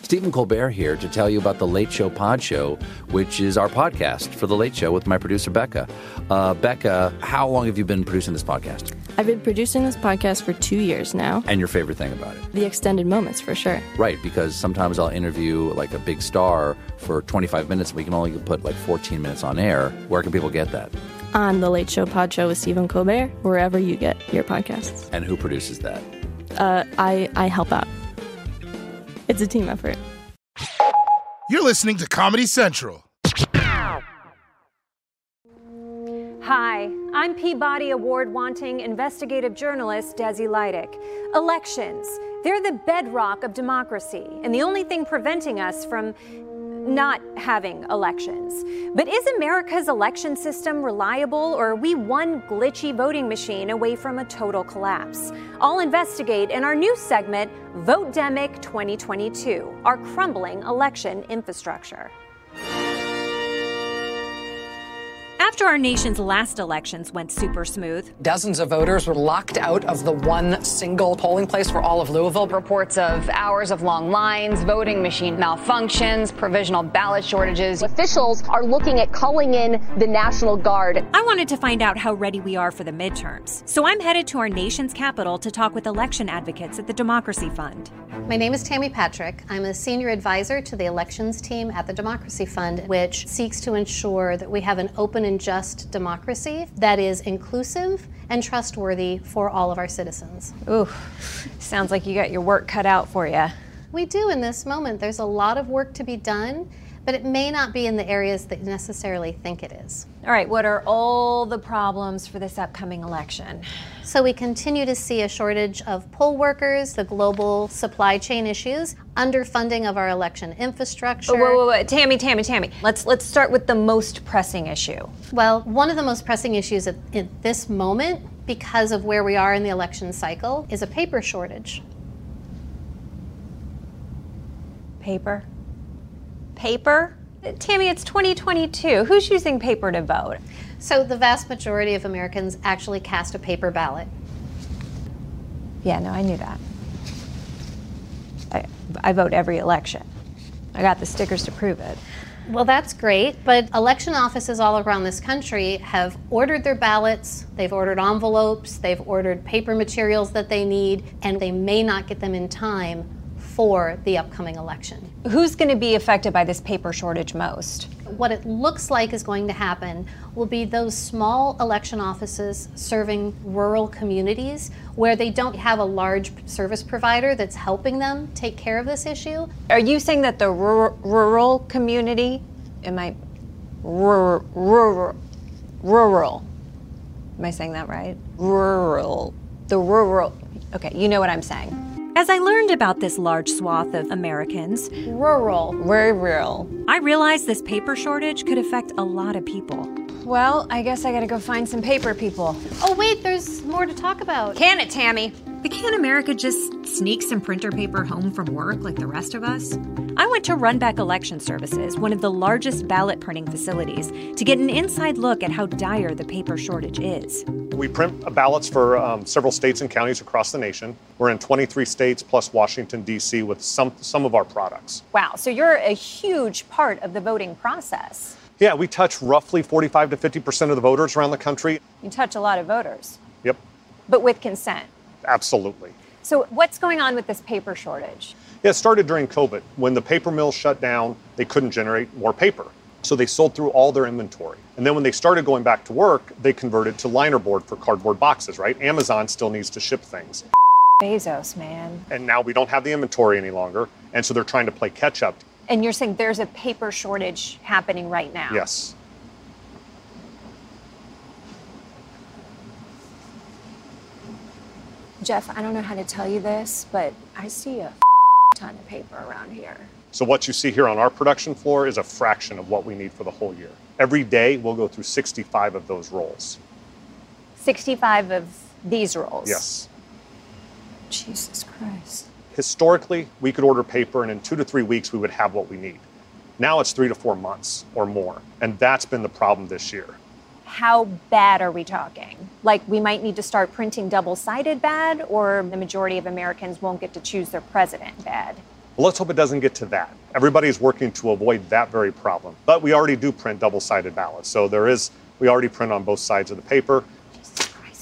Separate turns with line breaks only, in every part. Stephen Colbert here to tell you about the Late Show Pod Show, which is our podcast for the Late Show with my producer Becca. Uh, Becca, how long have you been producing this podcast?
I've been producing this podcast for two years now.
And your favorite thing about it?
The extended moments, for sure.
Right, because sometimes I'll interview like a big star for 25 minutes, and we can only put like 14 minutes on air. Where can people get that?
On the Late Show Pod Show with Stephen Colbert, wherever you get your podcasts.
And who produces that?
Uh, I I help out. It's a team effort.
You're listening to Comedy Central.
Hi, I'm Peabody Award wanting investigative journalist Desi Leidick. Elections, they're the bedrock of democracy and the only thing preventing us from not having elections. But is America's election system reliable, or are we one glitchy voting machine away from a total collapse? I'll investigate in our new segment, Vote Demic 2022, our crumbling election infrastructure. After our nation's last elections went super smooth,
Dozens of voters were locked out of the one single polling place for all of Louisville.
Reports of hours of long lines, voting machine malfunctions, provisional ballot shortages.
Officials are looking at calling in the National Guard.
I wanted to find out how ready we are for the midterms. So I'm headed to our nation's capital to talk with election advocates at the Democracy Fund.
My name is Tammy Patrick. I'm a senior advisor to the elections team at the Democracy Fund, which seeks to ensure that we have an open and just democracy that is inclusive and trustworthy for all of our citizens.
Ooh, sounds like you got your work cut out for you.
We do in this moment. There's a lot of work to be done, but it may not be in the areas that you necessarily think it is.
All right, what are all the problems for this upcoming election?
So we continue to see a shortage of poll workers, the global supply chain issues, underfunding of our election infrastructure.
Whoa, whoa, whoa, whoa. Tammy, Tammy, Tammy. Let's let's start with the most pressing issue.
Well, one of the most pressing issues at, at this moment, because of where we are in the election cycle, is a paper shortage.
Paper. Paper? Tammy, it's 2022. Who's using paper to vote?
So the vast majority of Americans actually cast a paper ballot.
Yeah, no, I knew that. I, I vote every election. I got the stickers to prove it.
Well, that's great, but election offices all around this country have ordered their ballots, they've ordered envelopes, they've ordered paper materials that they need, and they may not get them in time for the upcoming election.
Who's going to be affected by this paper shortage most?
What it looks like is going to happen will be those small election offices serving rural communities where they don't have a large service provider that's helping them take care of this issue.
Are you saying that the rur- rural community, am I rural, rural, rural? Am I saying that right? Rural, the rural. Okay, you know what I'm saying.
As I learned about this large swath of Americans,
Rural.
Very real.
I realized this paper shortage could affect a lot of people.
Well, I guess I gotta go find some paper people.
Oh, wait, there's more to talk about.
Can it, Tammy?
But can America just sneak some printer paper home from work like the rest of us?
I went to Runback Election Services, one of the largest ballot printing facilities, to get an inside look at how dire the paper shortage is.
We print ballots for um, several states and counties across the nation. We're in 23 states plus Washington, D.C., with some, some of our products.
Wow, so you're a huge part of the voting process.
Yeah, we touch roughly 45 to 50% of the voters around the country.
You touch a lot of voters,
Yep,
but with consent.
absolutely.
So, what's going on with this paper shortage?
Yeah, it started during COVID. When the paper mills shut down, they couldn't generate more paper. So they sold through all their inventory. And then when they started going back to work, they converted to liner board for cardboard boxes, right? Amazon still needs to ship things.
Bezos, man.
And now we don't have the inventory any longer. And so they're trying to play catch up.
And you're saying there's a paper shortage happening right now?
Yes.
Jeff, I don't know how to tell you this, but I see a ton of paper around here.
So what you see here on our production floor is a fraction of what we need for the whole year. Every day we'll go through 65 of those rolls.
65 of these rolls.
Yes.
Jesus Christ.
Historically, we could order paper and in 2 to 3 weeks we would have what we need. Now it's 3 to 4 months or more, and that's been the problem this year.
How bad are we talking? Like, we might need to start printing double sided bad, or the majority of Americans won't get to choose their president bad.
Well, let's hope it doesn't get to that. Everybody is working to avoid that very problem. But we already do print double sided ballots. So there is, we already print on both sides of the paper,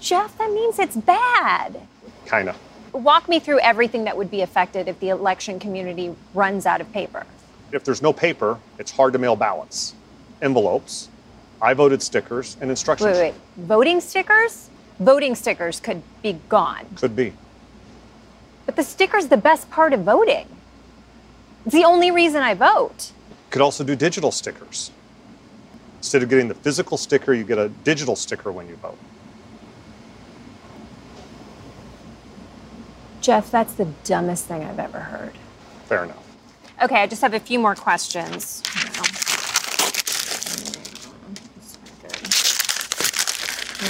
Jeff, that means it's bad.
kind of.
Walk me through everything that would be affected if the election community runs out of paper.
If there's no paper, it's hard to mail ballots, envelopes, I voted stickers, and
Wait,
instructions.
wait, wait. Voting stickers? Voting stickers could be gone.
Could be.
But the sticker's the best part of voting. It's the only reason I vote.
Could also do digital stickers. Instead of getting the physical sticker, you get a digital sticker when you vote.
Jeff, that's the dumbest thing I've ever heard.
Fair enough.
Okay, I just have a few more questions.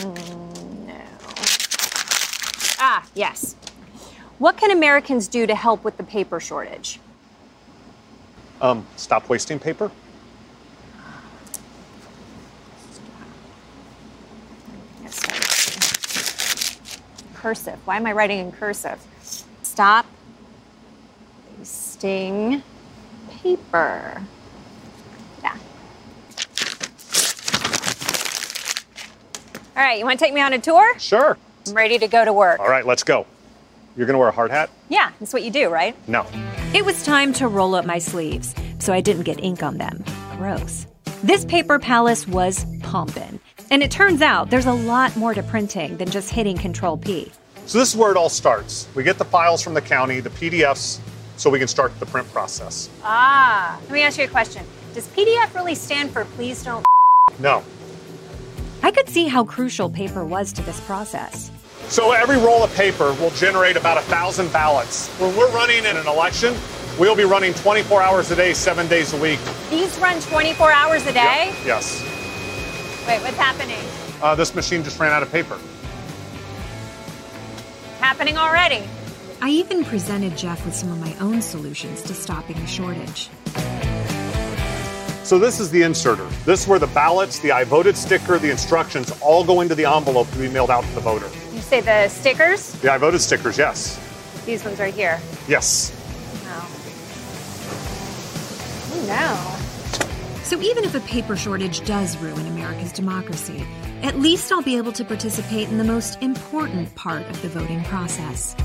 Mm, No. Ah, yes. What can Americans do to help with the paper shortage?
Um, stop wasting paper.
Cursive. Why am I writing in cursive? Stop wasting paper. Yeah. All right, you want to take me on a tour?
Sure.
I'm ready to go to work.
All right, let's go. You're going to wear a hard hat?
Yeah, that's what you do, right?
No.
It was time to roll up my sleeves, so I didn't get ink on them. Gross. This paper palace was pumping. And it turns out there's a lot more to printing than just hitting Control P.
So this is where it all starts. We get the files from the county, the PDFs, so we can start the print process.
Ah, let me ask you a question. Does PDF really stand for please don't?
No.
I could see how crucial paper was to this process.
So every roll of paper will generate about a thousand ballots. When we're running in an election, we'll be running 24 hours a day, seven days a week.
These run 24 hours a day?
Yes.
Wait, what's happening?
Uh, this machine just ran out of paper.
Happening already.
I even presented Jeff with some of my own solutions to stopping the shortage.
So this is the inserter. This is where the ballots, the I voted sticker, the instructions all go into the envelope to be mailed out to the voter.
You say the stickers?
The I voted stickers, yes.
These ones right here.
Yes.
Oh no.
So even if a paper shortage does ruin America's democracy, at least I'll be able to participate in the most important part of the voting process.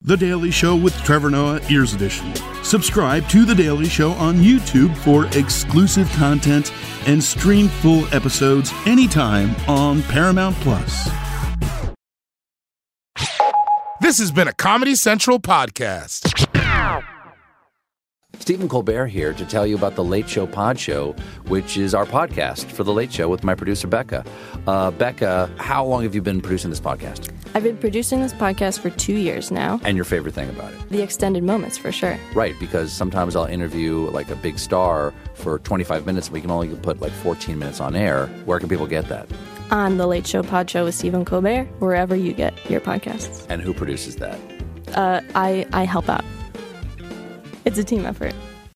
The Daily Show with Trevor Noah, Ears Edition. Subscribe to The Daily Show on YouTube for exclusive content and stream full episodes anytime on Paramount Plus.
This has been a Comedy Central podcast.
Stephen Colbert here to tell you about the Late Show Pod Show, which is our podcast for The Late Show with my producer, Becca. Uh, Becca, how long have you been producing this podcast?
I've been producing this podcast for two years now.
And your favorite thing about it?
The extended moments, for sure.
Right, because sometimes I'll interview like a big star for 25 minutes and we can only put like 14 minutes on air. Where can people get that?
On The Late Show Pod Show with Stephen Colbert, wherever you get your podcasts.
And who produces that?
Uh, I, I help out. It's a team effort.